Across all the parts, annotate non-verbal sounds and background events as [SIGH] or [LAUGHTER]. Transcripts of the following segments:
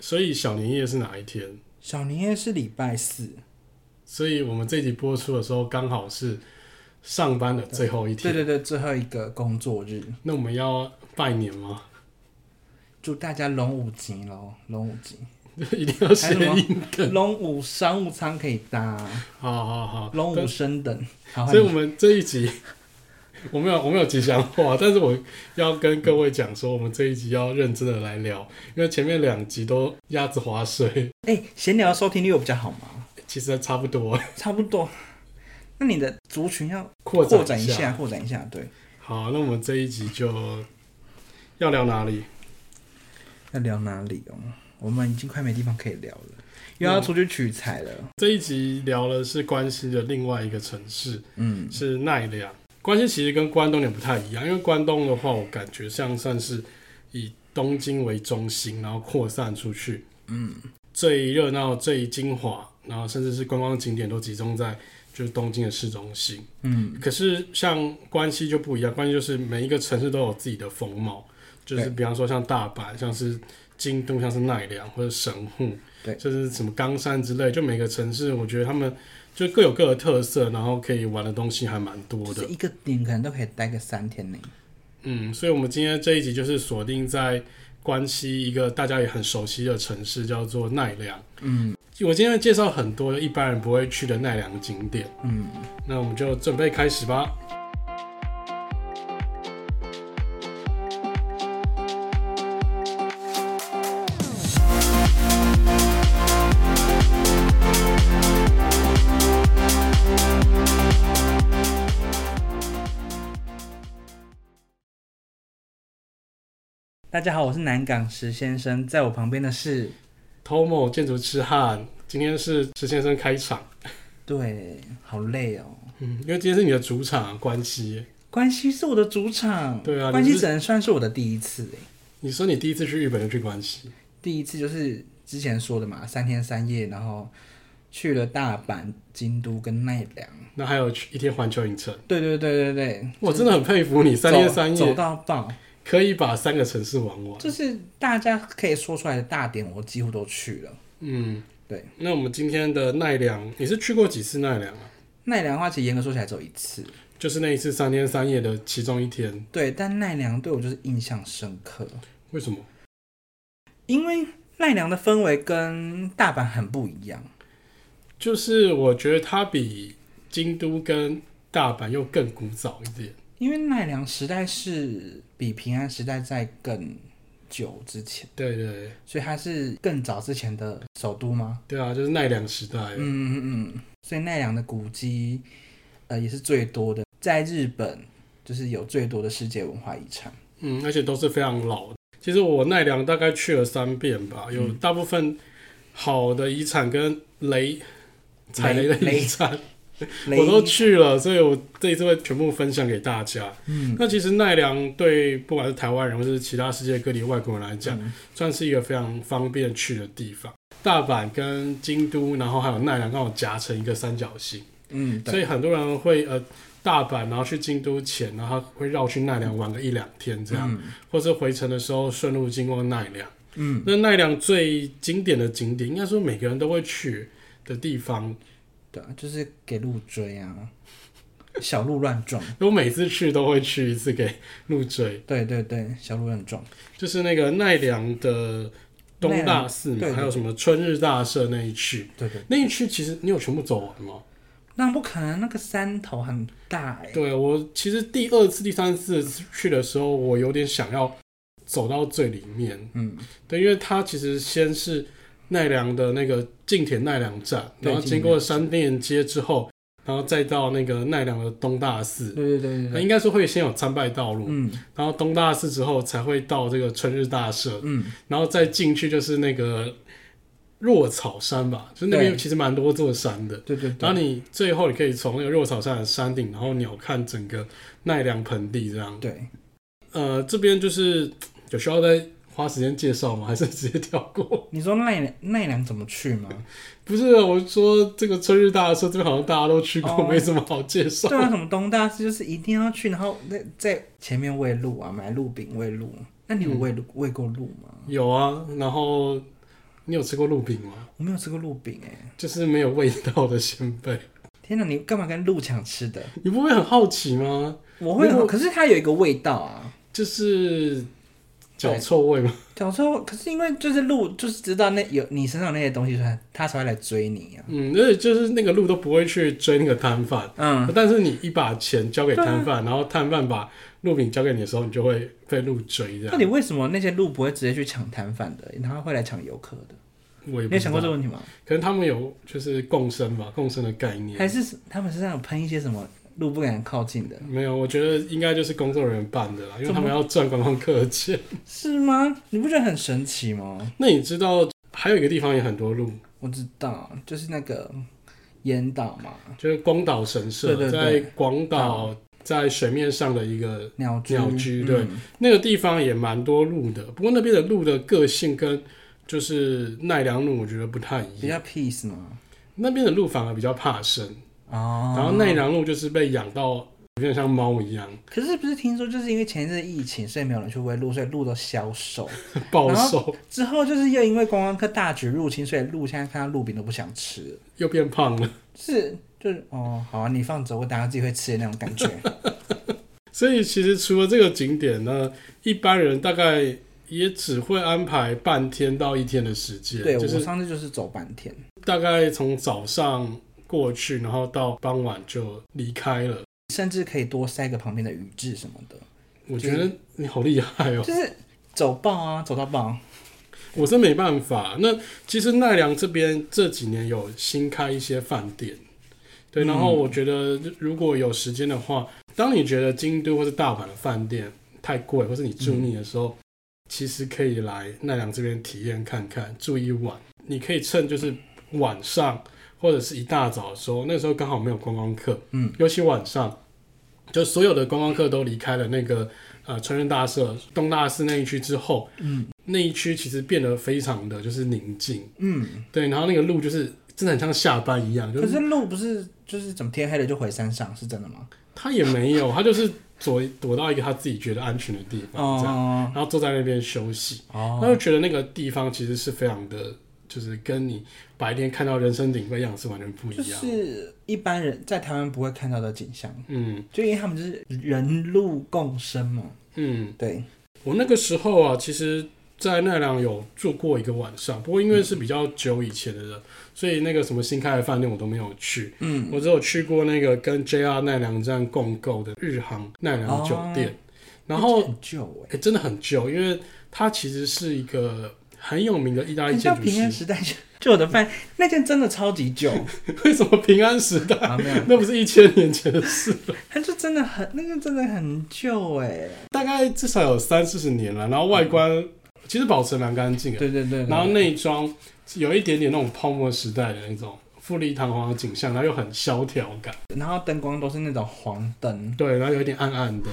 所以小年夜是哪一天？小年夜是礼拜四，所以我们这集播出的时候刚好是上班的最后一对天。对对，最后一个工作日，那我们要拜年吗？ [LAUGHS] 祝大家龙五吉喽，龙五吉，一定要谐音梗。龙五商务舱可以搭，好好好，龙但五升等，好，所以我们这一集我没有我没有吉祥话，但是我要跟各位讲说，我们这一集要认真的来聊，因为前面两集都鸭子划水，哎，闲聊收听率有比较好吗？其实差不多差不多，那你的族群要扩扩展展一下。下，扩展一下，对，好，那我们这一集就要聊哪里？要聊哪里哦？我们已经快没地方可以聊了，又要出去取材了，这一集聊的是关西的另外一个城市，嗯，是奈良。关西其实跟关东也不太一样，因为关东的话，我感觉像算是以东京为中心，然后扩散出去。嗯，最热闹、最精华，然后甚至是观光景点都集中在就是东京的市中心。嗯，可是像关西就不一样，关西就是每一个城市都有自己的风貌，就是对比方说像大阪，像是京都，像是奈良或者神户，对就是什么冈山之类，就每个城市，我觉得他们就各有各的特色，然后可以玩的东西还蛮多就是的。一个点可能都可以待个三天呢，嗯，所以我们今天这一集就是锁定在关西一个大家也很熟悉的城市，叫做奈良。嗯我今天会介绍很多一般人不会去的奈良景点，嗯。那我们就准备开始吧。大家好，我是南港石先生，在我旁边的是， Tomo 建筑痴汉，今天是石先生开场，对，好累哦。嗯，因为今天是你的主场啊关系。关西是我的主场，对啊关你西是只能算是我的第一次哎，你说你第一次去日本就去关西，第一次就是之前说的嘛，三天三夜，然后去了大阪、京都跟奈良，那还有去一天环球影城，对对对对对，我真的很佩服你，三天三走走夜到爆，可以把三个城市玩完。就是大家可以说出来的大点，我几乎都去了。嗯，对。那我们今天的奈良，你是去过几次奈良啊？奈良的话，其实严格说起来只有一次，就是那一次三天三夜的其中一天，对，但奈良对我就是印象深刻，为什么？因为奈良的氛围跟大阪很不一样。就是我觉得它比京都跟大阪又更古早一点。因为奈良时代是比平安时代在更久之前，对对对所以它是更早之前的首都吗？对啊，就是奈良时代。嗯嗯嗯。所以奈良的古迹，呃，也是最多的，在日本就是有最多的世界文化遗产。嗯，而且都是非常老的。其实我奈良大概去了三遍吧，嗯有大部分好的遗产跟雷踩雷的雷遗产雷我都去了，所以我这一次会全部分享给大家。嗯那其实奈良对不管是台湾人或是其他世界各地的外国人来讲，嗯算是一个非常方便去的地方。大阪跟京都，然后还有奈良，刚好夹成一个三角形，嗯，所对以很多人会呃大阪，然后去京都前，然后会绕去奈良玩个一两天这样。嗯或是回程的时候顺路经过奈良。嗯那奈良最经典的景点，应该说每个人都会去的地方。对啊，就是给鹿追啊，小鹿乱撞，我每次去都会去一次给鹿追，对对对，小鹿乱撞，就是那个奈良的东大寺奈良对嘛，对还有什么春日大社那一区。对对，那一区其实你有全部走完吗？那不可能，那个山头很大哎、对我其实第二次、第三次去的时候，我有点想要走到最里面，嗯，对，因为它其实先是奈良的那个近田奈良站，对然后经过山店街之后，然后再到那个奈良的东大寺对，对对对那对，应该是会先有参拜道路，嗯然后东大寺之后才会到这个春日大社，嗯。然后再进去就是那个若草山吧，就是那边对其实蛮多座山的。对对然对，后你最后你可以从那个若草山的山顶，然后鸟瞰整个奈良盆地这样。对，呃，这边就是有需要再花时间介绍吗？还是直接跳过？你说奈良奈良怎么去 [LAUGHS] 吗？不是，我说这个春日大社这边好像大家都去过，哦没什么好介绍。对啊，什么东大寺就是一定要去，然后在在前面喂鹿啊，买鹿饼喂鹿。那你有喂鹿喂过鹿吗？有啊，然后你有吃过鹿饼吗？我没有吃过鹿饼哎、就是没有味道的鲜贝， [LAUGHS] 天哪，你干嘛跟鹿抢吃的？你不会很好奇吗？我会如很，果可是它有一个味道啊。就是脚臭味吗？小时候，可是因为就是鹿，就是知道那有你身上那些东西，它它才会来追你啊。嗯，而且就是那个鹿都不会去追那个摊贩，嗯，啊但是你一把钱交给摊贩，然后摊贩把鹿饼交给你的时候，你就会被鹿追这到底样。为什么那些鹿不会直接去抢摊贩的，它会来抢游客的？我也你不有知想过这道，个问题吗？可能他们有就是共生吧，共生的概还念。是他们身上有喷一些什么鹿不敢靠近的？没有，我觉得应该就是工作人员办的啦，因为他们要赚观光客的钱。是吗？你不觉得很神奇吗？那你知道还有一个地方也很多鹿，我知道，就是那个烟岛嘛，就是广岛神社，对对对在广岛在水面上的一个鸟居，鸟居对嗯那个地方也蛮多鹿的，不过那边的鹿的个性跟就是奈良鹿我觉得不太一比样，较 peace 嘛。那边的鹿反而比较怕生，哦，然后奈良鹿就是被养到有点像猫一样 [LAUGHS] 可是不是听说就是因为前一阵疫情，所以没有人去喂鹿，所以鹿都消瘦。暴瘦，之后就是又因为观光客大举入侵，所以鹿现在看到鹿饼都不想吃了，又变胖了。是就是哦，好啊，你放走，我等下自己会吃的那种感 [LAUGHS] 觉。所以其实除了这个景点呢，一般人大概也只会安排半天到一天的时间，对、就我是上次就是走半天，大概从早上过去，然后到傍晚就离开了。甚至可以多塞个旁边的鱼翅什么的，我觉得你好厉害哦！就是走爆啊，走到爆。我是没办法。那其实奈良这边这几年有新开一些饭店，对，嗯然后我觉得如果有时间的话，当你觉得京都或是大阪的饭店太贵，或是你住腻的时候，其实可以来奈良这边体验看看，住一晚。你可以趁就是晚上或者是一大早的时候，那时候刚好没有观光客，嗯，尤其晚上，就所有的观光客都离开了那个呃川原大社、东大寺那一区之后，嗯那一区其实变得非常的就是宁静，嗯，对，然后那个路就是真的很像下班一样，就可是是鹿不是就是怎么天黑了就回山上，是真的吗？他也没有，他就是躲躲到一个他自己觉得安全的地方，这样，哦然后坐在那边休息，他哦，就觉得那个地方其实是非常的，就是跟你白天看到人声鼎沸样是完全不就一样，是一般人在台湾不会看到的景象，嗯就因为他们就是人鹿共生嘛。嗯，对，我那个时候啊，其实。在奈良有住过一个晚上，不过因为是比较久以前的了，所以那个什么新开的饭店我都没有去。嗯，我只有去过那个跟 JR 奈良站共购的日航奈良酒店，然后很旧哎、哎、诶真的很旧，因为它其实是一个很有名的意大利很建像筑平安师。时代就就我的饭，那件真的超级 [LAUGHS] 旧为什么平安时代？啊，没有，那不是一千年前的事 [LAUGHS] 了，它就真的很那个真的很旧哎、大概至少有三四十年了。然后外观、其实保持得蛮干净的，对对对对然后内装有一点点那种泡沫时代的那种富丽堂皇的景象，然后又很萧条感。然后灯光都是那种黄灯，对，然后有一点暗暗的，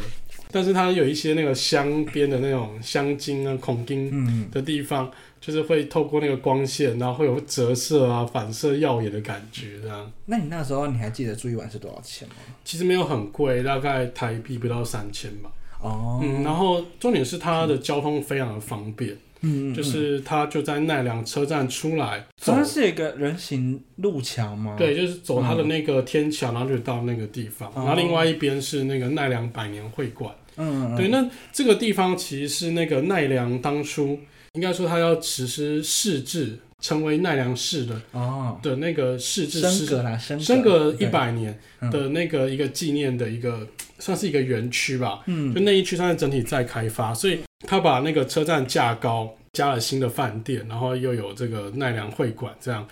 但是它有一些那个香边的那种香精啊、孔丁嗯，的地方，就是会透过那个光线，然后会有折射啊、反射耀眼的感觉，这样。那你那个时候你还记得住一晚是多少钱吗？其实没有很贵，大概台币不到三千吧。哦，嗯，然后重点是它的交通非常的方便，嗯，嗯就是它就在奈良车站出来走好，像是有一个人行路桥吗？对，，就是走它的那个天桥，然后就到那个地方。哦然后另外一边是那个奈良百年会馆。嗯，嗯对，那这个地方其实是那个奈良当初应该说他要实施市制，成为奈良市的哦，的那个市制升格施啦，升升格一对，百年嗯的那个一个纪念的一个算是一个园区吧，就嗯，那一区算是整体在开发，所以他把那个车站架高，加了新的饭店，然后又有这个奈良会馆这样。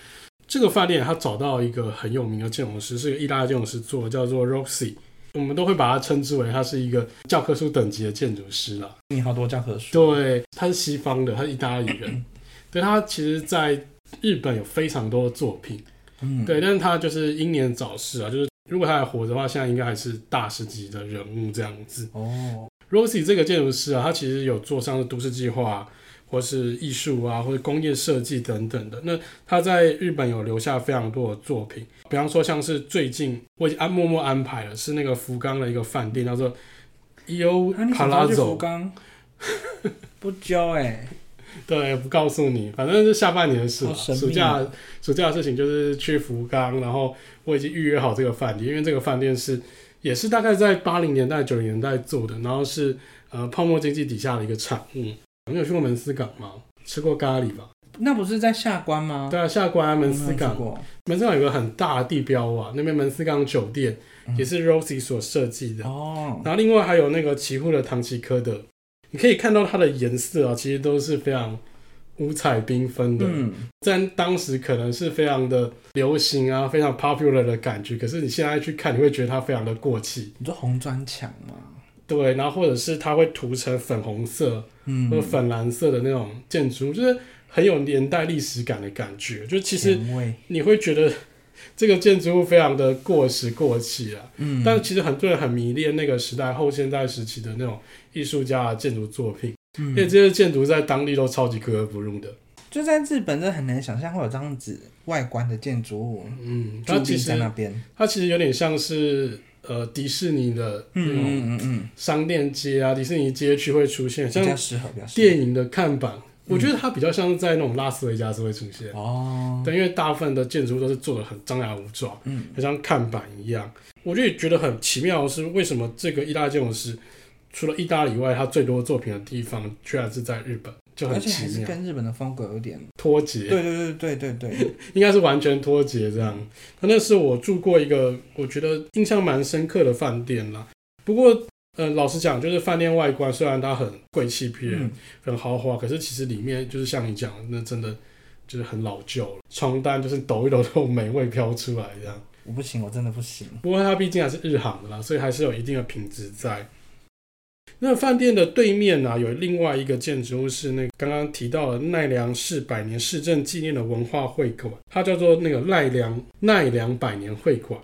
这个饭店他找到一个很有名的建筑师，是个意大利建筑师做的，叫做 Roxy，我们都会把它称之为他是一个教科书等级的建筑师啦。你好多教科书，对，他是西方的，他是意大利人。对他其实在日本有非常多的作品，嗯，对，但是他就是英年早逝啊，就是如果他还活着的话，现在应该还是大师级的人物这样子。哦， Rosie 这个建筑师啊，他其实有做像是都市计划、或是艺术啊，或者工业设计等等的。那他在日本有留下非常多的作品，比方说像是最近我已经安默默安排了，是那个福冈的一个饭店叫做 E O 啊那你什么时候去 [LAUGHS] Palazzo，、福冈？不久哎、对，不告诉你，反正是下半年的事、啊。好神秘暑假暑假的事情就是去福冈，然后我已经预约好这个饭店，因为这个饭店是也是大概在八零年代、九零年代做的，然后是呃泡沫经济底下的一个产物。你有去过门司港吗？吃过咖喱吧？那不是在下关吗？对啊，下关啊我没门有司去港，过，门司港有个很大的地标啊，那边门司港酒店、嗯也是 Rosie 所设计的。哦，然后另外还有那个奇户的唐吉诃德，你可以看到它的颜色啊，其实都是非常五彩缤纷的，嗯，在当时可能是非常的流行啊，非常 popular 的感觉。可是你现在去看，你会觉得它非常的过气，你说红砖墙吗？对。然后或者是它会涂成粉红色嗯，或者粉蓝色的那种建筑物，就是很有年代历史感的感觉。就其实前卫，你会觉得这个建筑物非常的过时过气啊。嗯，但其实很多人很迷恋那个时代后现代时期的那种艺术家的建筑作品，因为这嗯，些建筑在当地都超级格格不入的。就在日本，真的很难想象会有这样子外观的建筑物嗯，驻它其地在那实边。它其实有点像是呃迪士尼的那种嗯嗯嗯，商店街啊，迪士尼街区会出现比较像适合，比较适合电影的看板，我觉得它比较像是在那种拉斯维加斯会出现。哦，对，因为大部分的建筑都是做的很张牙舞爪，嗯，很像看板一样。我就觉得很奇妙的是，为什么这个意大利建筑师除了意大利以外，他最多作品的地方居然是在日本，就而很且还奇是妙，跟日本的风格有点，脱对节，对对对对 [LAUGHS] 对，应该是完全脱节这样。那那是我住过一个我觉得印象蛮深刻的饭店啦。不过，呃，老实讲，就是饭店外观虽然它很贵气逼人，嗯，很豪华，可是其实里面就是像你讲的，那真的就是很老旧了，床单就是抖一抖都有霉味飘出来这样。我不行，我真的不行，不过它毕竟还是日航的啦，所以还是有一定的品质在。那饭店的对面呢、有另外一个建筑物是那个刚刚提到的奈良市百年市政纪念的文化会馆，它叫做那个奈良奈良百年会馆。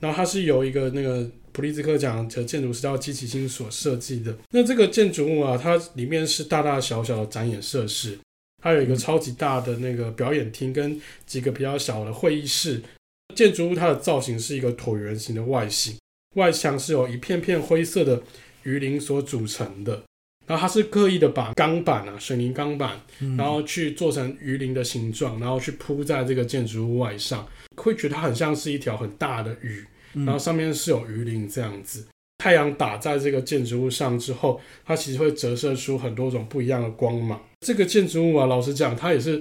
然后它是由一个那个普利兹克奖的建筑师叫基崎星所设计的。那这个建筑物啊，它里面是大大小小的展演设施，它有一个嗯超级大的那个表演厅跟几个比较小的会议室。建筑物它的造型是一个椭圆形的外形，外墙是由一片片灰色的鱼鳞所组成的。然后它是刻意的把钢板啊，水泥钢板嗯然后去做成鱼鳞的形状，然后去铺在这个建筑物外上，会觉得它很像是一条很大的鱼，嗯然后上面是有鱼鳞这样子。太阳打在这个建筑物上之后，它其实会折射出很多种不一样的光芒。这个建筑物啊，老实讲，它也是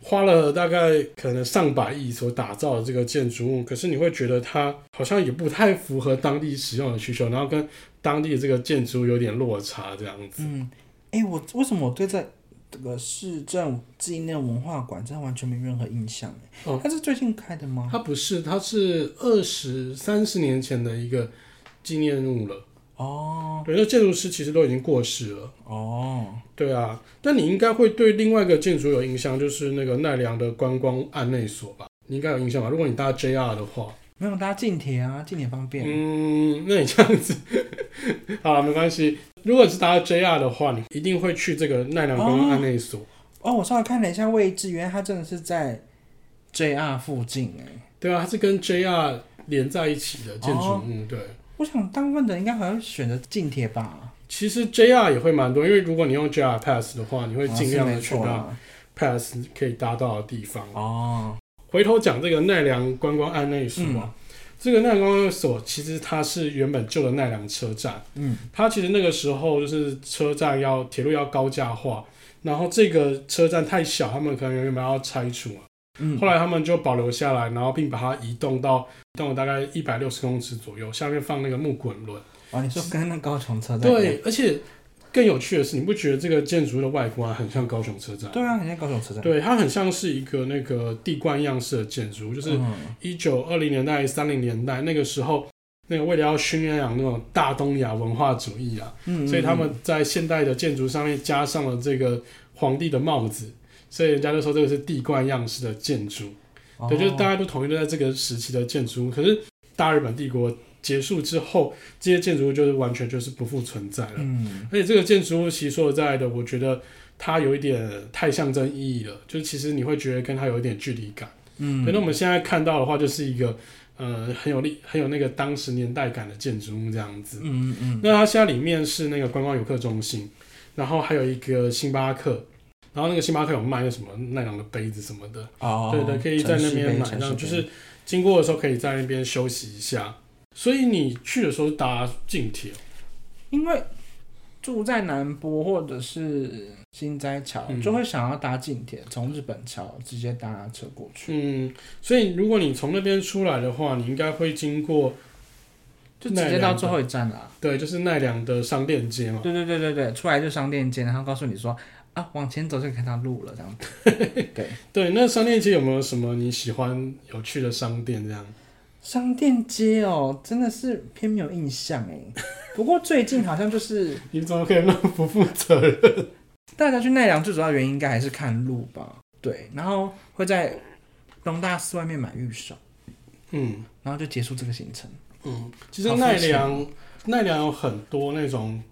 花了大概可能上百亿所打造的这个建筑物，可是你会觉得它好像也不太符合当地使用的需求，然后跟当地的这个建筑物有点落差这样子。嗯，哎、我为什么我对这这个市政纪念文化馆真的完全没任何印象？哎、哦它是最近开的吗？它不是，它是二十三十年前的一个纪念物了。哦对，那建筑师其实都已经过世了。哦，对啊，但你应该会对另外一个建筑有印象，就是那个奈良的观光案内所吧？你应该有印象吧？如果你搭 JR 的话，没有，大家近铁啊，近铁方便。嗯，那你这样子，好了，没关系。如果你是搭 JR 的话，你一定会去这个奈良观光案内所。哦，我稍微看了一下位置，原来它真的是在 JR 附近哎、对啊，它是跟 JR 连在一起的建筑物。嗯哦对，我想大部分的人应该好像选择近铁吧，其实 JR 也会蛮多，因为如果你用 JR Pass 的话，你会啊尽是量的没去错到啊 Pass 可以搭到的地方。哦，回头讲这个奈良观光案内所嗯啊，这个奈良观光案内所其实它是原本旧的奈良车站，嗯，它其实那个时候就是车站要铁路要高架化，然后这个车站太小，他们可能原本要拆除啊，嗯，后来他们就保留下来，然后并把它移动到移动了大概一百六十公尺左右，下面放那个木滚轮。哦，你说跟那高雄车站一样对，而且更有趣的是，你不觉得这个建筑的外观很像高雄车站？对啊，很像高雄车站，对，它很像是一个那个地冠样式的建筑，就是嗯一九二零年代、三零年代那个时候，那个为了要宣扬那种大东亚文化主义啊，嗯，所以他嗯们在现代的建筑上面加上了这个皇帝的帽子。所以人家就说这个是地冠样式的建筑，嗯对，就是哦大家都统一都在这个时期的建筑物。可是大日本帝国结束之后，这些建筑物就是完全就是不复存在了。嗯，而且这个建筑物其实说实在的，我觉得它有一点太象征意义了，就是其实你会觉得跟它有一点距离感。嗯，对，那我们现在看到的话，就是一个呃很有力、很有那个当时年代感的建筑物这样子。嗯嗯嗯，那它现在里面是那个观光游客中心，然后还有一个星巴克，然后那个星巴克有卖那什么奈良的杯子什么的，哦，对的，可以在那边买，然后就是经过的时候可以在那边休息一下。所以你去的时候搭近铁，哦因为住在南波或者是新斋桥，嗯就会想要搭近铁，从日本桥直接搭车过去，嗯，所以如果你从那边出来的话，你应该会经过，就直接到最后一站啦。对，就是奈良的商店街嘛。对对对对对，出来就商店街，然后告诉你说啊，往前走就可以看到路了，这样子。对，对，那商店街有没有什么你喜欢有趣的商店这样？商店街哦，真的是偏没有印象哎。不过最近好像就是你怎么可以那么不负责任？大家去奈良最主要原因应该还是看路吧。对，然后会在东大寺外面买玉手， [LAUGHS] 嗯然后就结束这个行程。嗯，其实好肤奈浅良奈良有很多那种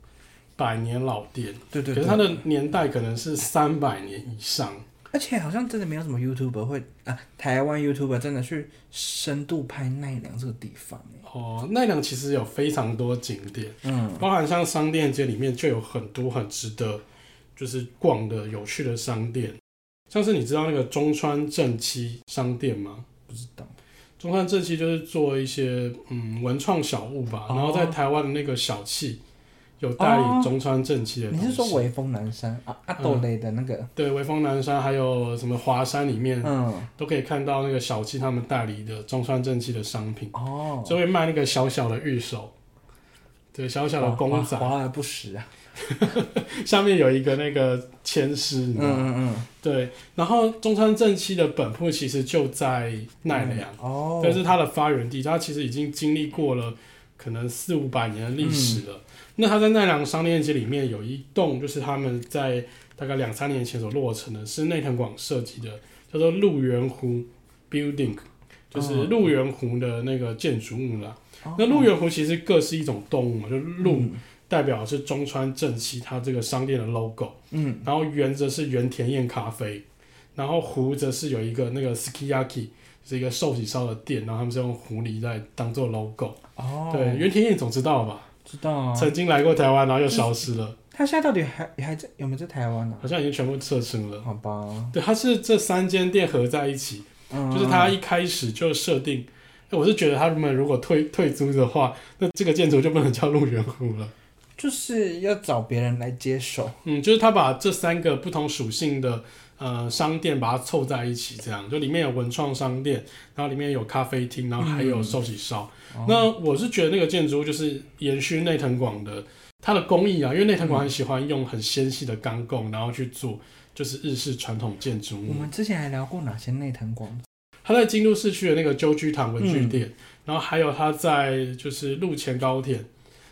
百年老店，对对可对，是它的年代可能是三百年以上。而且好像真的没有什么 YouTuber 会啊，台湾 YouTuber 真的去深度拍奈良这个地方欸哦，奈良其实有非常多景点，嗯，包含像商店街里面就有很多很值得就是逛的有趣的商店，像是你知道那个中川正七商店吗？不知道。中川正七就是做一些嗯文创小物吧，哦然后在台湾的那个小气有代理哦中川正七的东你西。是说微风南山啊阿嗯斗雷的那个？对，微风南山还有什么华山里面、嗯，都可以看到那个小七他们代理的中川正七的商品，哦，就会卖那个小小的玉手，对，小小的公仔，哦华华而不实啊。下面有一个那个签诗，你嗯知道吗？嗯嗯，对，然后中川正七的本铺其实就在奈良，嗯哦，但是它的发源地，它其实已经经历过了可能四五百年的历史嗯了。那它在奈良商店街里面有一栋，就是他们在大概两三年前所落成的，是内藤广设计的，叫做鹿园湖 Building，就是哦鹿园湖的那个建筑物啦。哦那鹿园湖其实各是一种动物嘛，就是鹿嗯代表的是中川正七它这个商店的 logo。嗯，然后圆则是原田彦咖啡，然后湖则是有一个那个 Skiyaki，是一个寿喜烧的店，然后他们是用狐狸在当做 logo、哦，对，，原田彦总知道吧？知道啊。曾经来过台湾，然后又消失了，他现在到底还还在有没有在台湾呢啊好？像已经全部撤出了。好吧，对，它是这三间店合在一起，嗯，就是它一开始就设定。哎我是觉得他们如果退退租的话，那这个建筑就不能叫路园湖了。就是要找别人来接手。嗯，就是他把这三个不同属性的呃商店把它凑在一起，这样就里面有文创商店，然后里面有咖啡厅，然后还嗯有寿喜烧。哦那我是觉得那个建筑物就是延续内藤广的它的工艺啊，因为内藤广很喜欢用很纤细的钢构，然后去做就是日式传统建筑嗯我物。们之前还聊过哪些内藤广？他在京都市区的那个鸠居堂文具店，然后还有他在就是路前高铁，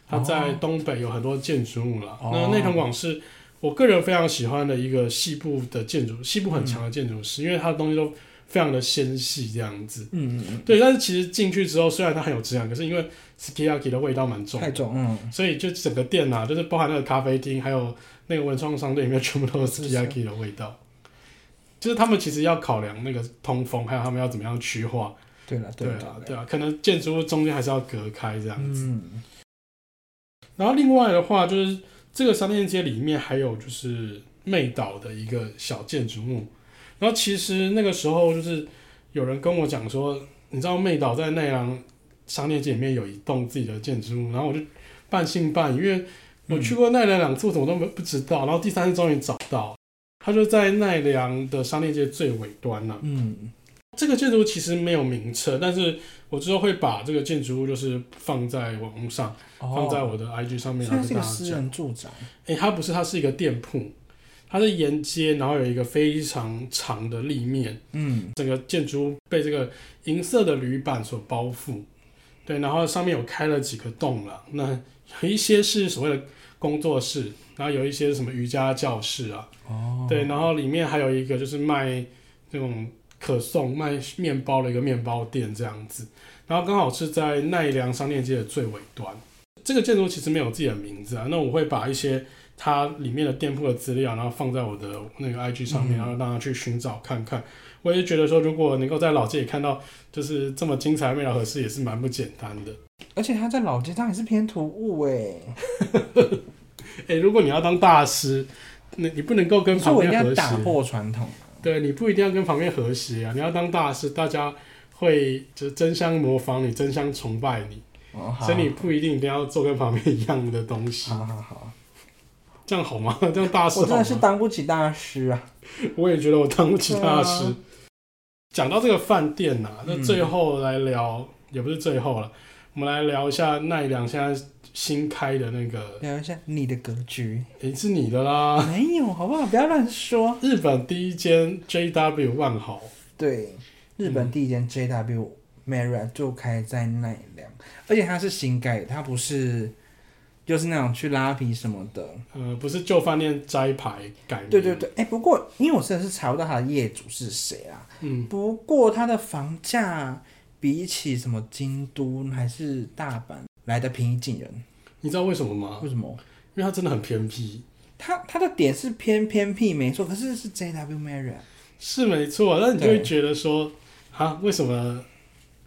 他在哦东北有很多建筑物啦。哦那内藤广是我个人非常喜欢的一个西部的建筑，西部很强的建筑师，因为他的东西都非常的纤细这样子。嗯嗯嗯，对，但是其实进去之后，虽然它很有质感，可是因为 sukiyaki 的味道蛮重的太，重，嗯，所以就整个店啊，就是包含那个咖啡厅，还有那个文创商店里面，全部都是是是 sukiyaki 的味道。就是他们其实要考量那个通风，还有他们要怎么样区化，对了对了啊，对对了，啊，可能建筑物中间还是要隔开这样子。嗯，然后另外的话，就是这个商店街里面还有就是妹岛的一个小建筑物。然后其实那个时候就是有人跟我讲说，你知道妹岛在奈良商店街里面有一栋自己的建筑物，然后我就半信半疑，因为我去过奈良两次，我怎么都没不知道。然后第三次终于找到，它就在奈良的商店街最尾端了、嗯，这个建筑物其实没有名称，但是我之后会把这个建筑物就是放在网络上，哦放在我的 IG 上面，所以然后它哦跟是个大家私讲。人住宅，诶，它不是，它是一个店铺，它是沿街，然后有一个非常长的立面，嗯，整个建筑物被这个银色的铝板所包覆。对，然后上面有开了几个洞了，那有一些是所谓的工作室，然后有一些是什么瑜伽教室啊，哦，对，然后里面还有一个就是卖那种可颂、卖面包的一个面包店这样子，然后刚好是在奈良商店街的最尾端。这个建筑其实没有自己的名字啊，那我会把一些它里面的店铺的资料，然后放在我的那个 IG 上面，嗯然后让大家去寻找看看。我也是觉得说，如果能够在老街里看到就是这么精彩的美劳合适，也是蛮不简单的。而且它在老街上也是偏突兀哎，诶，如果你要当大师，你你不能够跟可是旁我一定边要和打谐，破传统啊。对你不一定要跟旁边和谐啊，你要当大师，大家会就是争相模仿你，争相崇拜你，哦，好，所以你不一定一定要做跟旁边一样的东西，好好好，这样好吗？ [LAUGHS] 这样大师我真好的吗？是当不起大师啊。我也觉得我当不起大师对啊。讲、到这个饭店呐、啊那嗯最后来聊，也不是最后了，我们来聊一下奈良现在新开的那个，聊一下你的格 [LAUGHS] 局，诶、是你的啦，没有好不好？不要乱说。日本第一间 JW 万豪，对，日本嗯第一间 JW Marriott 就开在奈良，而且它是新盖的，它不是就是那种去拉皮什么的。呃，不是旧饭店摘牌改名，对对，对，哎、不过因为我真的是查不到它的业主是谁啦。嗯，不过它的房价比起什么京都还是大阪来的平易近人，你知道为什么吗？为什么？因为它真的很偏僻，它它的点是偏偏僻没错，可是是 JW Marriott。是没错，啊但你就会对觉得说，啊，为什么？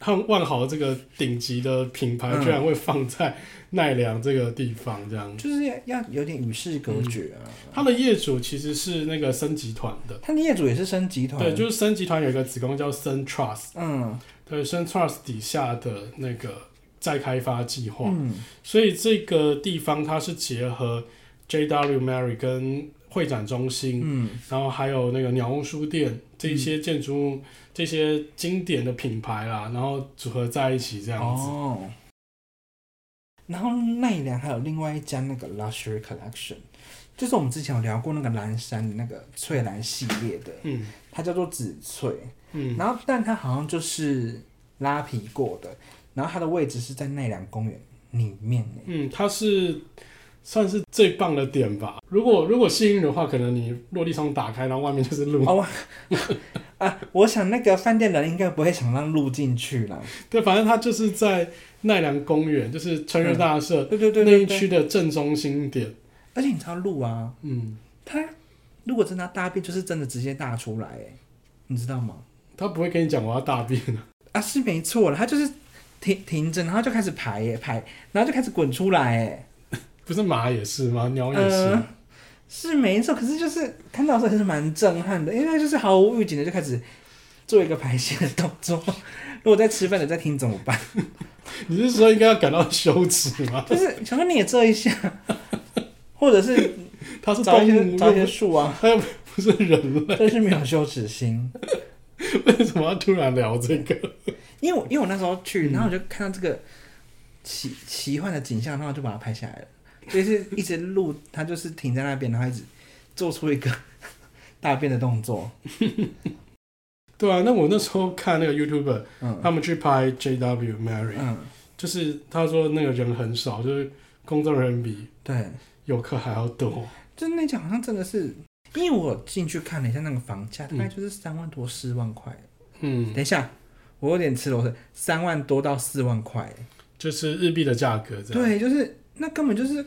万万豪这个顶级的品牌嗯居然会放在奈良这个地方，这样、就是要要有点与世隔绝啊。它的业主其实是那个森集团的，他的业主也是升集团，嗯对，就是森集团有一个子公司叫森 Trust，嗯对，森 Trust 底下的那个再开发计划，嗯所以这个地方它是结合 JW Mary 跟会展中心，嗯，然后还有那个鸟屋书店这一些建筑物、这些经典的品牌啦，然后组合在一起这样子。哦。然后奈良还有另外一家那个 Luxury Collection，就是我们之前有聊过那个蓝山的那个翠蓝系列的，嗯它叫做紫翠，嗯，然后但它好像就是拉皮过的，然后它的位置是在奈良公园里面呢。嗯，它是算是最棒的点吧。如果如果幸运的话，可能你落地窗打开，然后外面就是 [LAUGHS] 路。哦，我啊，我想那个饭店人应该不会想让路进去啦。对，反正它就是在奈良公园，就是穿越大社、对对嗯对那对一对，区的正中心点。而且你知道路啊，嗯，他如果真的要大便，就是真的直接大出来，哎，你知道吗？他不会跟你讲我要大便的、啊，是没错了，他就是停停着，然后就开始排耶排，然后就开始滚出来，哎， [LAUGHS] 不是马也是吗？鸟也是。呃，是没错，可是就是看到的时候还是蛮震撼的，因为他就是毫无预警的就开始做一个排泄的动作。 [LAUGHS] 如果在吃饭的在听怎么办？你是说应该要感到羞耻吗？就是想说你也这一下，或者是它是找动一些物，找又一些不树啊，它又不是人类，真是没有羞耻心。 [LAUGHS] 为什么要突然聊这个？因为我因为我那时候去，嗯然后我就看到这个奇奇幻的景象，然后我就把它拍下来了。就是一直录，它就是停在那边，然后一直做出一个 [LAUGHS] 大便的动作。对啊，那我那时候看那个 YouTuber，他嗯们去拍 JW Mary，、嗯，就是他说那个人很少，就是工作人员比对，游客还要多。就是那家好像真的是，因为我进去看了一下那个房价，大嗯概就是三万多四万块。嗯，等一下，我有点吃螺丝，三万多到四万块。就是日币的价格这样。对，就是那根本就是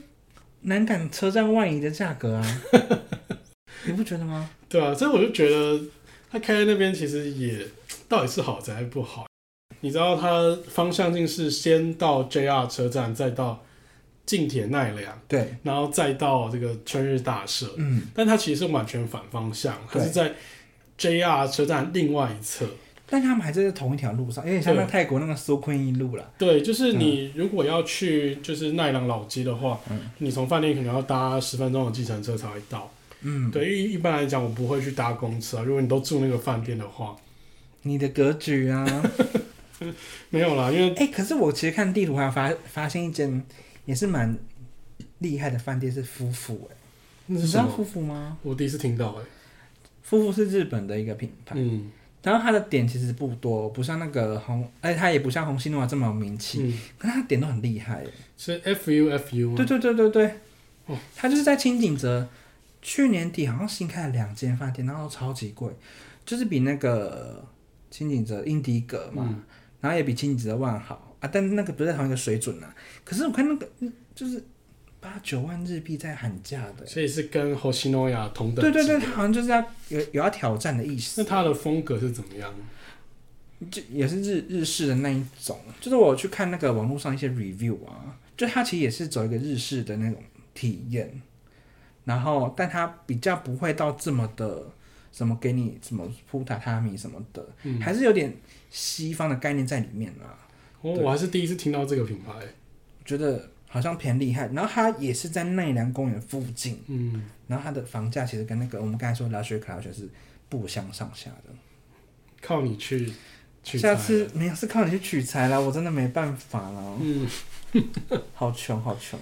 南港车站万怡的价 [LAUGHS] 格啊，你不觉得吗？对啊，所以我就觉得他开在那边其实也到底是好宅还是不好？你知道他方向性是先到 JR 车站，再到近铁奈良，对，然后再到这个春日大社，嗯。但它其实是完全反方向，它对是在 JR 车站另外一侧。但他们还是在同一条路上，有点像那对泰国那个苏坤一路啦。对，就是你如果要去就是奈良老街的话，嗯你从饭店可能要搭十分钟的计程车才会到。嗯，，对，因为一般来讲我不会去搭公车，啊如果你都住那个饭店的话，你的格局啊， [LAUGHS] 没有啦，因为哎、可是我其实看地图还发发现一间也是蛮厉害的饭店是夫妇、哎，那你是知什道么？夫妇吗？我第一次听到哎、夫妇是日本的一个品牌，嗯然后它的点其实不多，不像那个红，而且它也不像红星啊诺瓦这么有名气，嗯，可是它点都很厉害、哎是 F U F U 对对对对对哦，它就是在清景泽，去年底好像新开了两间饭店，然后都超级贵，就是比那个清景泽英迪格嘛，嗯然后也比清景泽万豪啊，但那个不是在同一个水准啊。可是我看那个嗯就是八九万日币在喊价的，所以是跟 Hoshinoya 同等对对级对，它好像就是要有有要挑战的意那思，它的风格是怎么样？就也是日日式的那一种，就是我去看那个网络上一些 review 啊，就它其实也是走一个日式的那种体验。然后但它比较不会到这么的什么给你什么铺榻榻米什么的，嗯，还是有点西方的概念在里面啦。我哦我还是第一次听到这个品牌，觉得好像偏厉害。然后它也是在奈良公园附近，嗯，然后它的房价其实跟那个我们刚才说的拉雪卡拉雪是不相上下的。靠你去去下猜次没有是靠你去取材啦，我真的没办法啦，嗯 [LAUGHS] 好穷好穷。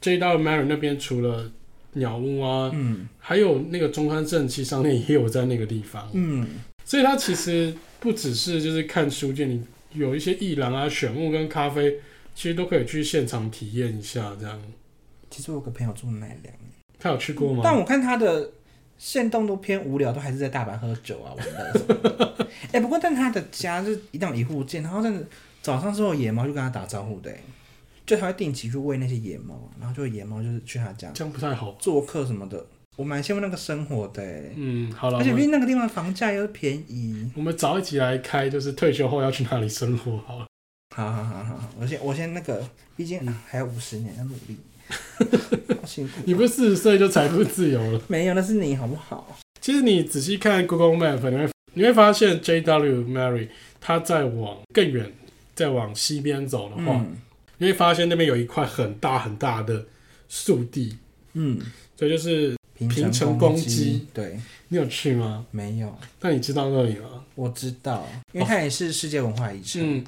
，J W Mary 那边除了鸟屋啊，嗯还有那个中山正气商店也有在那个地方，嗯，所以它其实不只是就是看书店，你有一些艺廊啊、选物跟咖啡，其实都可以去现场体验一下。这样，其实我有个朋友住奈良，他有去过吗？但我看他的线动都偏无聊，都还是在大阪喝酒啊玩乐什么的。 [LAUGHS] 哎、不过但他的家就是一定要一户建，然后真的早上之后野猫就跟他打招呼的、欸，就他会定期去喂那些野猫，然后就野猫就是去他家这样不太好。做客什么的，我蛮羡慕那个生活的欸、嗯，好了，而我且毕们竟那个地方的房价又便宜。我们早一集来开，就是退休后要去哪里生活好了。好好好好好，我先我先那个，毕竟啊还有五十年要努力，好辛苦。你不是四十岁就财富自由了？没有，那是你好不好？其实你仔细看 Google Map，你会你会发现 JW Mary，它在往更远，再往西边走的话，嗯你会发现那边有一块很大很大的树地，嗯，所以就是平平成攻攻击对，你有去吗？没有，那你知道那里吗？我知道，因为它也是世界文化遗产。嗯，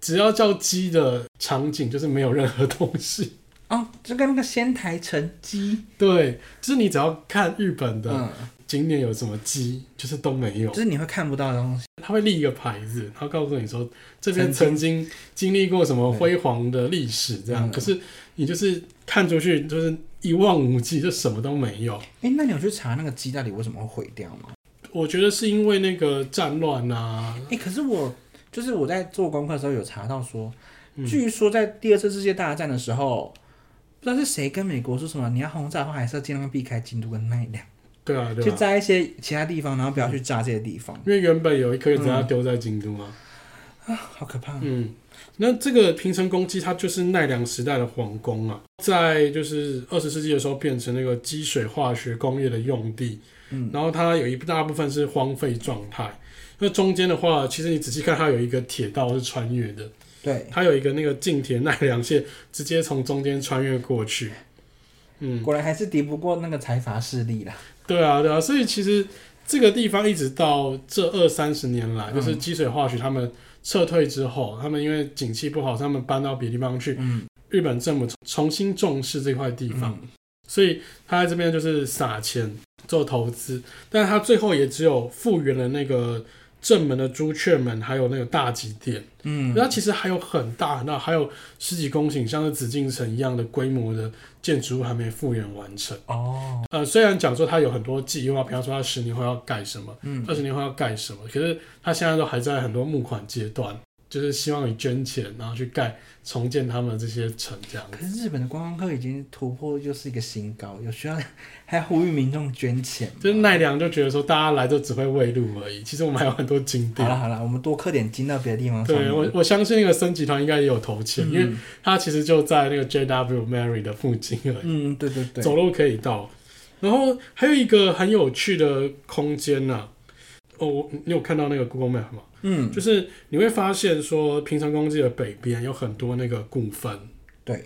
只要叫鸡的场景就是没有任何东西。哦，就跟那个仙台城鸡，对，就是你只要看日本的嗯，景点有什么鸡，就是都没有就。是你会看不到的东西。他会立一个牌子，他告诉你说这边曾经经历过什么辉煌的历史，这样。嗯可是你就是看出去就是一望无际，就什么都没有。哎、那你有去查那个鸡到底为什么会毁掉吗？我觉得是因为那个战乱啊，哎、可是我就是我在做功课的时候有查到说，嗯据说在第二次世界大战的时候，不知道是谁跟美国说什么，你要轰炸的话，还是要尽量避开京都跟奈良，对啊，嗯对去啊。炸一些其他地方，然后不要去炸这些地方，因为原本有一颗原子弹丢在京都嘛，好可怕。嗯，那这个平城宫基它就是奈良时代的皇宫啊，在就是二十世纪的时候变成那个积水化学工业的用地，嗯然后它有一大部分是荒废状态。那中间的话，其实你仔细看，它有一个铁道是穿越的，对，它有一个那个近铁奈良线，直接从中间穿越过去。嗯，果然还是敌不过那个财阀势力啦。对啊，对啊，所以其实这个地方一直到这二三十年来，嗯就是积水化学他们撤退之后，他们因为景气不好，他们搬到别地方去，嗯，日本政府重重新重视这块地方，嗯所以他在这边就是撒钱做投资，但是他最后也只有复原了那个正门的朱雀门，还有那个大吉殿，嗯，那、啊其实还有很大很大，还有十几公顷，像是紫禁城一样的规模的建筑物还没复原完成。哦，呃，虽然讲说它有很多计划，比方说它十年后要盖什么，嗯二十年后要盖什么，可是它现在都还在很多募款阶段，就是希望你捐钱，然后去盖重建他们这些城这样子。可是日本的观光客已经突破，又是一个新高，有需要 [LAUGHS] 还呼吁民众捐钱吗。就是奈良就觉得说，大家来都只会喂鹿而已，其实我们还有很多景好了点。好了，我们多刻点金到别的地方上面。啊对我，我相信那个森集团应该也有投钱，嗯因为它其实就在那个 JW Mary 的附近而已，嗯，对对对，走路可以到。然后还有一个很有趣的空间呐、哦，我你有看到那个 Google Map 吗？嗯，就是你会发现说，平城宫记的北边有很多那个古坟。对，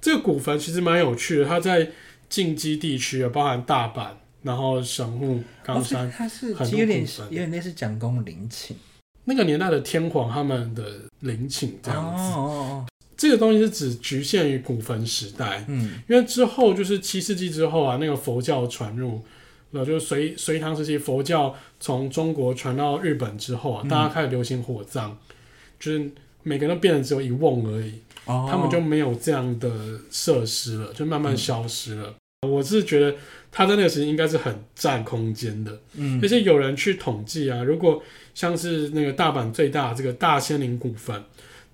这个古坟其实蛮有趣的，它在近畿地区啊，包含大阪，然后神户、冈哦所山以它是很多其实有点部分有点类似蒋公陵寝那个年代的天皇他们的陵寝这样子。哦哦，这个东西是只局限于古坟时代哦，嗯因为之后就是七世纪之后啊，那个佛教传入。那就是隋隋唐时期，佛教从中国传到日本之后啊，嗯大家开始流行火葬，就是每个人都变得只有一瓮而已。嗯哦，嗯他们就没有这样的设施了，就慢慢消失了。我是觉得它在那个时期应该是很占空间的，嗯而且有人去统计啊，如果像是那个大阪最大的这个大仙林股份，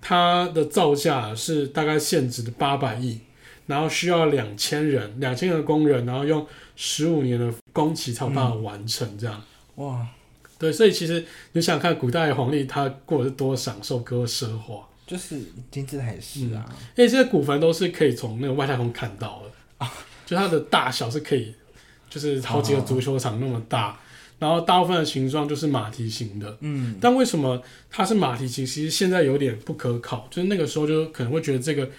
它的造价是大概现值的八百亿，然后需要两千人，两千个工人，然后用十五年的工期才有办法完成这样。哇，对，所以其实你想看古代的皇帝他过的是多享受，多奢华。就是金字塔也是啊，因为这些古坟都是可以从那个外太空看到的， [LAUGHS] 就它的大小是可以，就是好几个足球场那么大，然后大部分的形状就是马蹄形的。嗯，但为什么它是马蹄形？其实现在有点不可考，就是那个时候就可能会觉得这个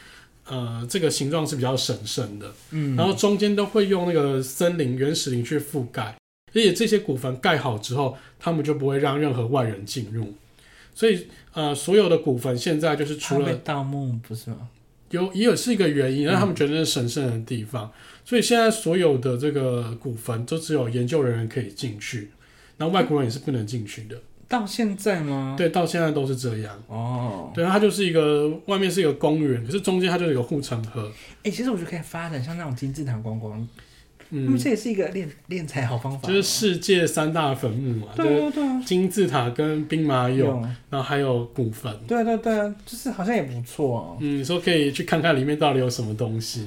呃这个形状是比较神圣的，嗯然后中间都会用那个森林原始林去覆盖，而且这些古坟盖好之后，他们就不会让任何外人进入，所以呃所有的古坟现在就是除除了了盗墓不是吗？有也有是一个原因，让他们觉得那是神圣的地方，所以现在所有的这个古坟都只有研究人员可以进去，然后外国人也是不能进去的。到现在吗？，对，到现在都是这样。哦，对，它就是一个外面是一个公园，可是中间它就是一个护城河。哎、其实我觉得可以发展像那种金字塔观光，那么、嗯，这也是一个练练财好方法，就是世界三大坟墓嘛，对就是啊对啊，金字塔跟兵马俑，有，然后还有古坟。对对对啊，就是好像也不错哦、嗯，你说可以去看看里面到底有什么东西。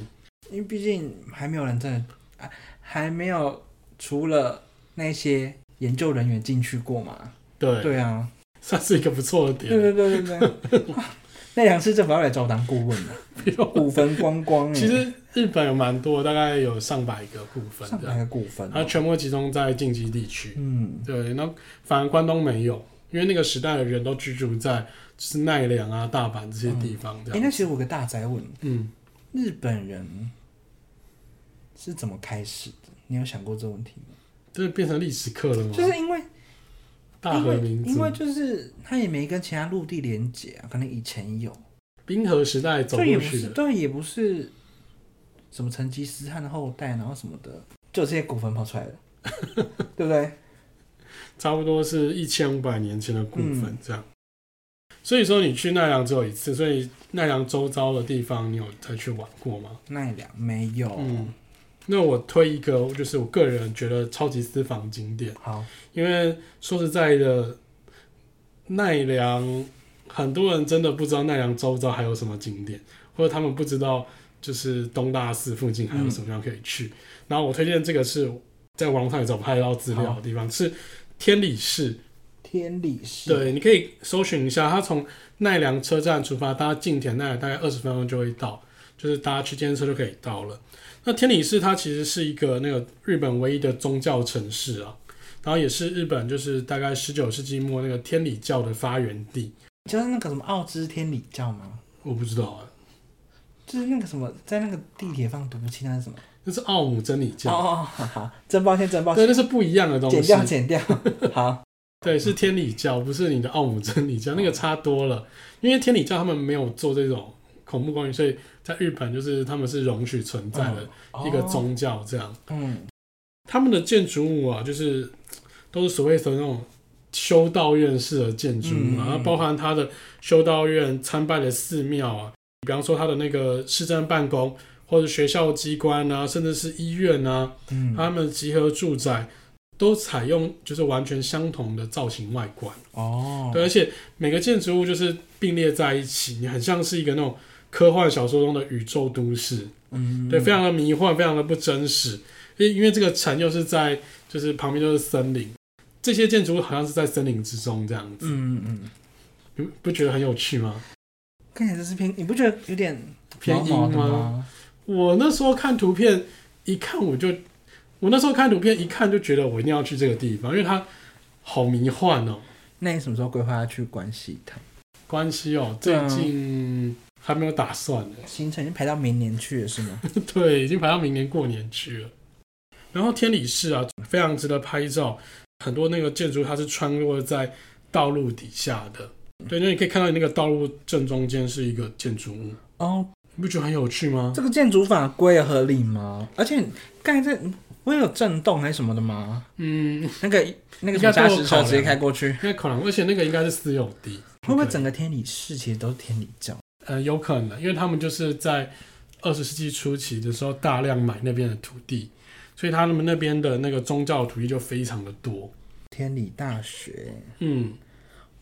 因为毕竟还没有人真的，啊还没有除了那些研究人员进去过嘛。对，对啊，算是一个不错的点。对对对对对。 [LAUGHS] 那两次政府要来找我当顾问 [LAUGHS] 啊了，不用股份光光、欸，其实日本有蛮多，大概有上百个部分上这百样，个股份、它全部集中在近畿地区。嗯，对，那反而关东没有，因为那个时代的人都居住在就是奈良啊、大阪这些地方这哎、样。那其实我有个大宅问，嗯，日本人是怎么开始的？你有想过这个问题吗？这变成历史课了吗？就是因为大因和为民因为族，就是它也没跟其他陆地连接啊，可能以前有，冰河时代走这也过不去是，的。对，也不是什么成吉思汗的后代，然后什么的，就有这些古坟跑出来 [LAUGHS] 的，对不对？差不多是一千五百年前的古嗯坟这样。所以说你去奈良只有一次，所以奈良周遭的地方你有再去玩过吗？奈良没有，嗯，那我推一个，就是我个人觉得超级私房景点，好，因为说实在的，奈良很多人真的不知道奈良周遭还有什么景点，或者他们不知道就是东大寺附近还有什么地方可以去。然后我推荐这个是在网络上也找不太到资料的地方，是天理市。天理市，对，你可以搜寻一下，它从奈良车站出发，搭近田奈良大概二十分钟就会到，就是搭区间车就可以到了。那天理市它其实是一个那个日本唯一的宗教城市啊，然后也是日本就是大概十九世纪末那个天理教的发源地。就是那个什么奥之天理教吗？我不知道啊，就是那个什么，在那个地铁放毒气，那是什么？那是奥姆真理哦教，哦，好好，真抱歉，真抱对，歉，那是不一样的东剪西掉，。 [LAUGHS] 剪掉， [LAUGHS] 好，对，是天理教，不是你的奥姆真理教，哦那个差多了。因为天理教他们没有做这种恐怖公园，所以在日本就是他们是容许存在的。一个哦，宗教这样。嗯，他们的建筑物啊，就是都是所谓的那种修道院式的建筑物嗯啊，然后包含它的修道院参拜的寺庙啊，比方说它的那个市政办公或者学校机关啊，甚至是医院啊，嗯，他们集合住宅。都采用就是完全相同的造型外观，哦，对，而且每个建筑物就是并列在一起，你很像是一个那种科幻小说中的宇宙都市，嗯，对，非常的迷幻，非常的不真实。因因为这个城又是在就是旁边就是森林，这些建筑物好像是在森林之中这样子，嗯，嗯嗯，你不不觉得很有趣吗？看起来这是偏，你不觉得有点偏阴毛毛的吗？吗？我那时候看图片，一看我就，我那时候看图片一看就觉得我一定要去这个地方，因为它好迷幻哦。那你什么时候规划要去关西一趟？关系哦，对最啊近还没有打算呢。行程已经排到明年去了是吗？ [LAUGHS] 对，已经排到明年过年去了。然后天理市啊，非常值得拍照，很多那个建筑它是穿过在道路底下的，对，那你可以看到那个道路正中间是一个建筑物，哦，你不觉得很有趣吗？这个建筑法规合理吗？而且盖在我有震动还是什么的吗？嗯，应那个那个应该驾都有驶考车量直接开过去，该可能，而且那个应该是私有地，会不会 OK 整个天理市其实都是天理教？呃，有可能，因为他们就是在二十世纪初期的时候大量买那边的土地，所以他们那边的那个宗教土地就非常的多。天理大学，嗯，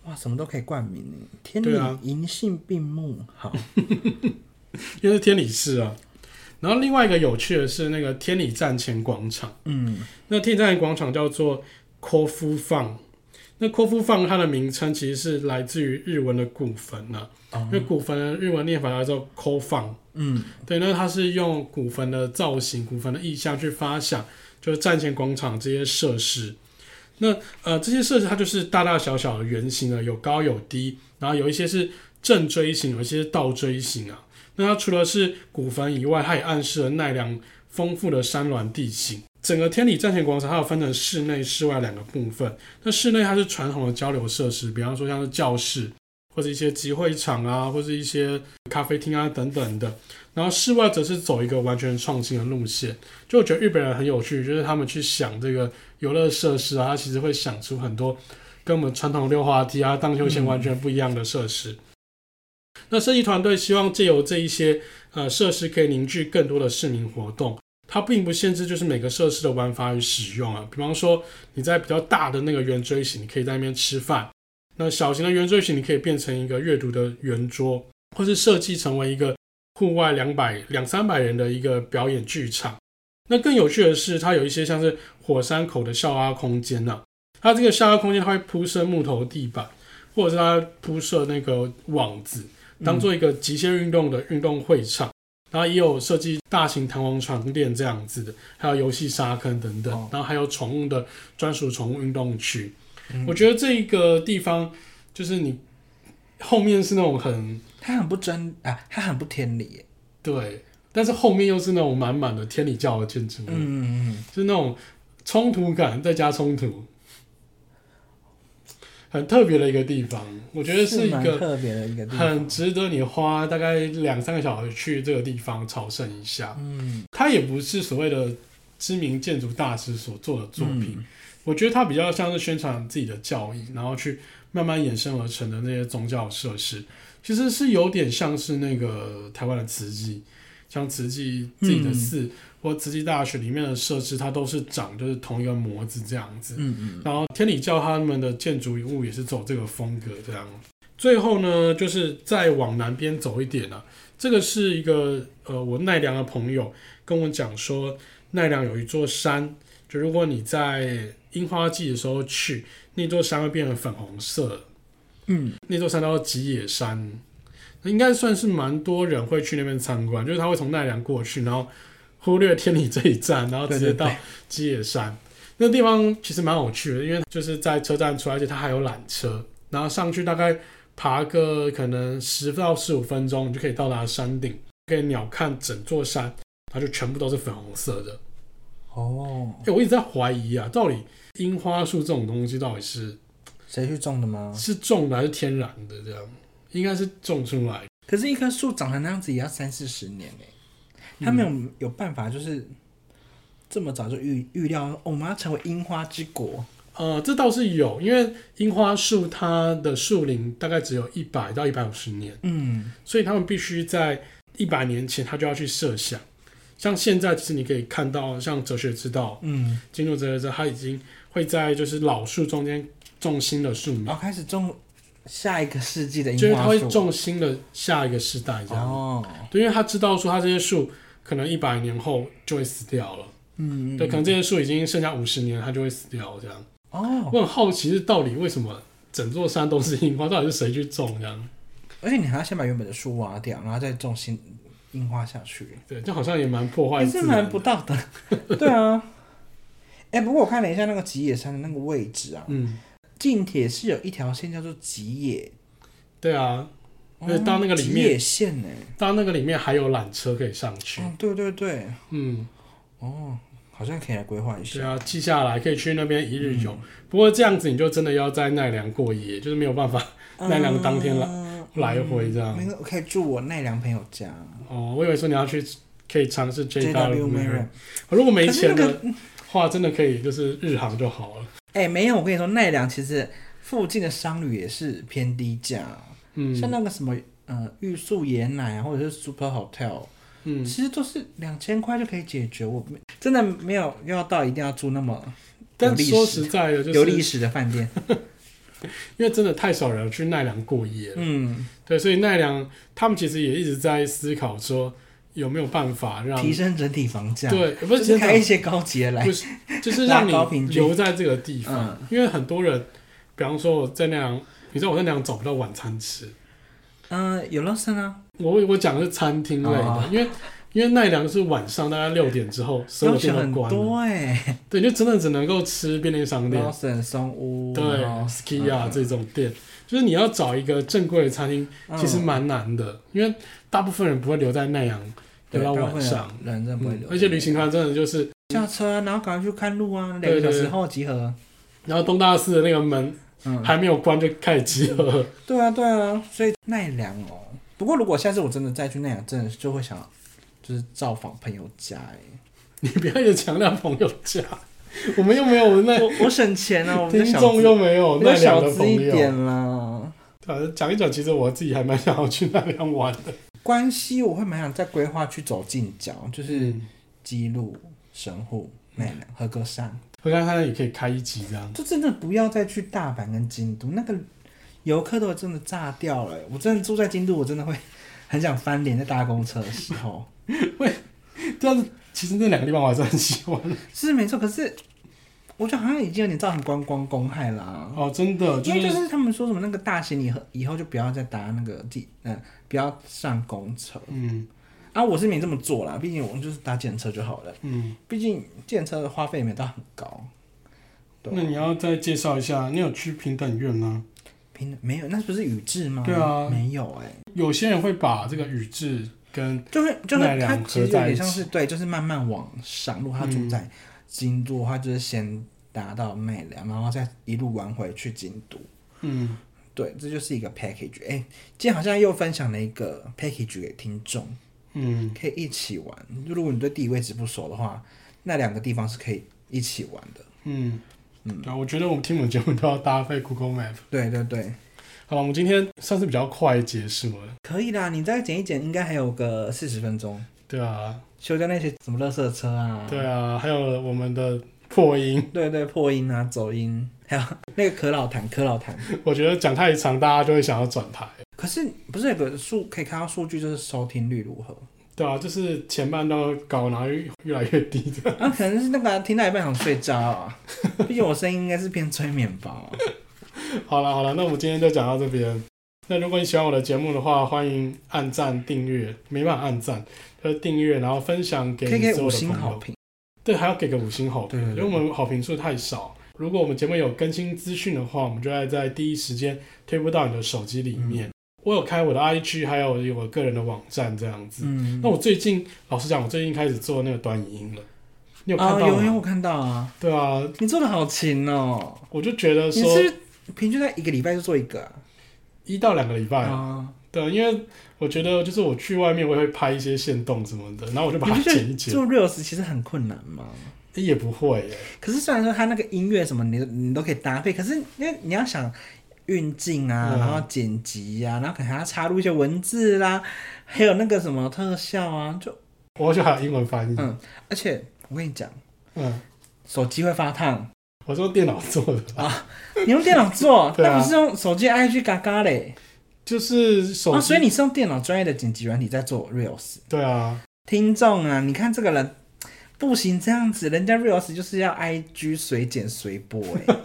哇，什么都可以冠名呢！天理对啊银杏并木， [LAUGHS] 好，因为是天理市啊。然后另外一个有趣的是那个天理站前广场，嗯，那天理站前广场叫做 Kofu Fun，那阔夫放它的名称其实是来自于日文的古坟呐、因为古坟的日文念法叫做 “ko 放嗯”，对，那它是用古坟的造型、古坟的意象去发想，就是战前广场这些设施。那呃，这些设施它就是大大小小的圆形的，有高有低，然后有一些是正锥形，有一些是倒锥形啊。那它除了是古坟以外，它也暗示了奈良丰富的山峦地形。整个天理站前广场它有分成室内、室外两个部分。那室内它是传统的交流设施，比方说像是教室或者一些集会场啊，或是一些咖啡厅啊等等的。然后室外则是走一个完全创新的路线。就我觉得日本人很有趣，就是他们去想这个游乐设施啊，他其实会想出很多跟我们传统溜滑梯啊、荡秋千完全不一样的设施。那设计团队希望借由这一些呃设施，可以凝聚更多的市民活动。它并不限制就是每个设施的玩法与使用啊，比方说你在比较大的那个圆锥形，你可以在那边吃饭；那小型的圆锥形，你可以变成一个阅读的圆桌，或是设计成为一个户外两百两三百人的一个表演剧场。那更有趣的是，它有一些像是火山口的校拉空间呐、啊它这个校拉空间它会铺设木头地板，或者是它铺设那个网子，当做一个极限运动的运动会场，然后也有设计大型弹簧床垫这样子的，还有游戏沙坑等等，哦然后还有宠物的专属宠物运动区。嗯我觉得这个地方就是你后面是那种很他很不真啊，他很不天理耶。对，但是后面又是那种满满的天理教的建筑物，嗯嗯就是那种冲突感再加冲突，很特别的一个地方。我我觉得是一蛮个特别的一个地很方。值得你花大概两三个小时去这个地方朝圣一下。嗯，它也不是所谓的知名建筑大师所做的作品，嗯我觉得它比较像是宣传自己的教义，然后去慢慢衍生而成的那些宗教设施，其实是有点像是那个台湾的慈济，像慈济自己的寺、或慈济大学里面的设施，它都是长就是同一个模子这样子。嗯嗯然后天理教他们的建筑物也是走这个风格这样。最后呢，就是再往南边走一点啊，这个是一个呃，我奈良的朋友跟我讲说，奈良有一座山，就如果你在樱花季的时候去，那座山会变成粉红色，嗯，那座山叫做吉野山，应该算是蛮多人会去那边参观，就是他会从奈良过去，然后忽略天理这一站，然后直对接对到对，基野山，那地方其实蛮有趣的，因为就是在车站出来，而且它还有缆车，然后上去大概爬个可能十到十五分钟，你就可以到达山顶，可以鸟瞰整座山，它就全部都是粉红色的。哦哎、，我一直在怀疑啊，到底樱花树这种东西到底是谁去种的吗？是种的还是天然的？这样应该是种出来的。可是，一棵树长成那样子也要三四十年哎、他没有、有办法，就是这么早就预预料、哦我们要成为樱花之国。呃，这倒是有，因为樱花树它的树龄大概只有一百到一百五十年。嗯，所以他们必须在一百年前他就要去设想。像现在，其实你可以看到，像哲学之道、嗯，进入哲学之道，它已经会在就是老树中间种新的树苗，然后开始种下一个世纪的就是樱它花会树。种新的下一个世代这样。哦，对，因为他知道说他这些树可能一百年后就会死掉了，嗯，嗯对，可能这些树已经剩下五十年，它就会死掉这样。哦，我很好奇是到底为什么整座山都是樱花，到底是谁去种这样？而且你还要先把原本的树挖掉，然后再种新樱花下去，对，这好像也蛮破坏也自是然的，蛮不道 [LAUGHS] 德。对啊，哎、不过我看了一下那个吉野山的那个位置啊，嗯，近铁是有一条线叫做吉野，对啊，因为哦到那个里面吉野线呢、到那个里面还有缆车可以上去。嗯，对对对，嗯，哦，好像可以来规划一对下。啊，记下来可以去那边一日游。不过这样子你就真的要在奈良过夜，就是没有办法 [LAUGHS] 啊奈良当天来来来回这样。没有，我嗯可以住我奈良朋友家。哦，我以为说你要去可以尝试 JW JW m a r Mirror， i 如果没可是钱那的个，话，真的可以就是日航就好了。哎，没有，我跟你说，奈良其实附近的商旅也是偏低价，像嗯那个什么呃玉树野奶啊，或者是 Super Hotel，嗯，其实都是两千块就可以解决。我没真的没有要到一定要住那么有但历说史实在的，就有历是史的饭店。因为真的太少人去奈良过夜了。嗯，对，所以奈良他们其实也一直在思考说有没有办法让提升整体房价，，嗯对，不就是是真的开一些高级的来不。是，就是让拉高平你均嗯留在这个地方，因为很多人比方说我在那样，你知道我在那样找不到晚餐吃，嗯、有 l o s o n 啊，我我讲的是餐厅类的，哦因为因为奈良是晚上大概六点之后，所有东西店都很关了，多哎、对，你就真的只能够吃便利商 l 店 o，s o n 松屋，对然后，ski 啊嗯这种店，就是你要找一个正规的餐厅，嗯其实蛮难的，因为大部分人不会留在奈良对留到大部晚分上，人人真的不会嗯留、而且旅行团真的就是，下车啊，然后赶快去看路啊，两对个对小时后集合。然后东大寺的那个门嗯，还没有关就开始集合， [LAUGHS] 对啊，对啊，所以奈良哦。不过如果下次我真的再去奈良，真的就会想就是造访朋友家哎、你不要也强调朋友家， [LAUGHS] 我们又没有那我我省钱啊，我们听就小众资又没有比较奈良小的资朋一友。点啦。对啊讲一讲，其实我自己还蛮想要去奈良玩的。关西我会蛮想再规划去走近郊，就是基路、神户、奈良、和歌山，我看他也可以开一集这样。就真的不要再去大阪跟京都，那个游客都真的炸掉了欸、我真的住在京都，我真的会 [LAUGHS] 很想翻脸，在搭公车的时候但是其实那两个地方我还是很喜欢。是没错，可是我觉得好像已经有点造成观光公害啦、哦，真的就嗯因为就是是他们说什么那个大行李盒以后就不要再搭那个地，嗯、不要上公车嗯啊！我是没这么做啦，毕竟我们就是搭电车就好了，嗯。毕竟电车的花费也没到很高。对那你要再介绍一下，你有去平等院吗？平没有，那不是宇治吗？对啊没有哎、有些人会把这个宇治跟就会就奈会良它其实有合在一点起嗯像是对，就是慢慢往上。如果他住在京都的话，就是先达到奈良，然后再一路玩回去京都。嗯对，这就是一个 package。哎、今天好像又分享了一个 package 给听众。嗯，可以一起玩。如果你对地理位置不熟的话，那两个地方是可以一起玩的。嗯嗯，对啊，我觉得我们听我们节目都要搭配 Google Map。对对对，好了，我们今天算是比较快结束了。可以啦。你再剪一剪，应该还有个四十分钟，对啊，修掉那些什么垃圾车啊，对啊，还有我们的破音， [LAUGHS] 对对破音啊、走音，还有 [LAUGHS] 那个可老痰、可老痰。我觉得讲太长，大家就会想要转台。可是不是有个数可以看到数据，就是收听率如何？对啊，就是前半段高，然后越越来越低的。 [LAUGHS] 啊，可能是那个啊、听到一半想睡着啊，毕竟我声音应该是偏催眠吧。 [LAUGHS] 好了好了，那我们今天就讲到这边。那如果你喜欢我的节目的话，欢迎按赞订阅，没办法按赞，就是订阅，然后分享给可以你给所五有的星朋好友。评，对，还要给个五星好评，对对对因为我们好评数太少。如果我们节目有更新资讯的话，我们就会在第一时间推播到你的手机里面。嗯我有开我的 IG，还有我个人的网站这样子。嗯，那我最近，老实讲，我最近开始做那个短影音了。你有看啊，到有吗？有我看到啊，对啊，你做的好勤哦。我就觉得你说是平均在一个礼拜就做一个啊？一到两个礼拜，啊对，因为我觉得就是我去外面，我也会拍一些线动什么的，然后我就把它你不觉剪得一剪，做 reels 其实很困难吗？诶也不会耶。可是虽然说它那个音乐什么你都你都可以搭配，可是因为你要想运镜啊，嗯然后剪辑啊，然后可能还要插入一些文字啦，还有那个什么特效啊，就我好像还有英文翻译，嗯而且我跟你讲，嗯，手机会发烫，我说电脑做的，，你用电脑 [LAUGHS] 做对啊那不是用手机 IG 嘎嘎嘞就是手啊，机，所以你是用电脑专业的剪辑软体在做 reels。对啊，听众啊，你看这个人不行这样子，人家 reels 就是要 IG 随剪随播、哎，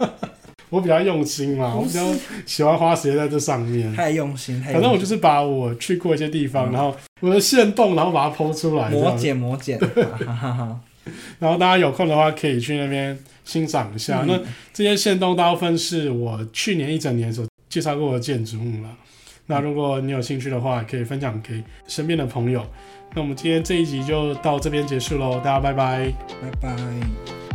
我比较用心嘛，我不比是较喜欢花时间在这上面。太用心，反太用正我心。就是把我去过一些地方，嗯然后我的线动，然后把它剖出来，这磨样剪磨剪， [LAUGHS] 哈哈哈。然后大家有空的话可以去那边欣赏一下。嗯那这些线动大部分是我去年一整年所介绍过的建筑物了。那如果你有兴趣的话，可以分享给身边的朋友。那我们今天这一集就到这边结束喽，大家拜拜。拜拜。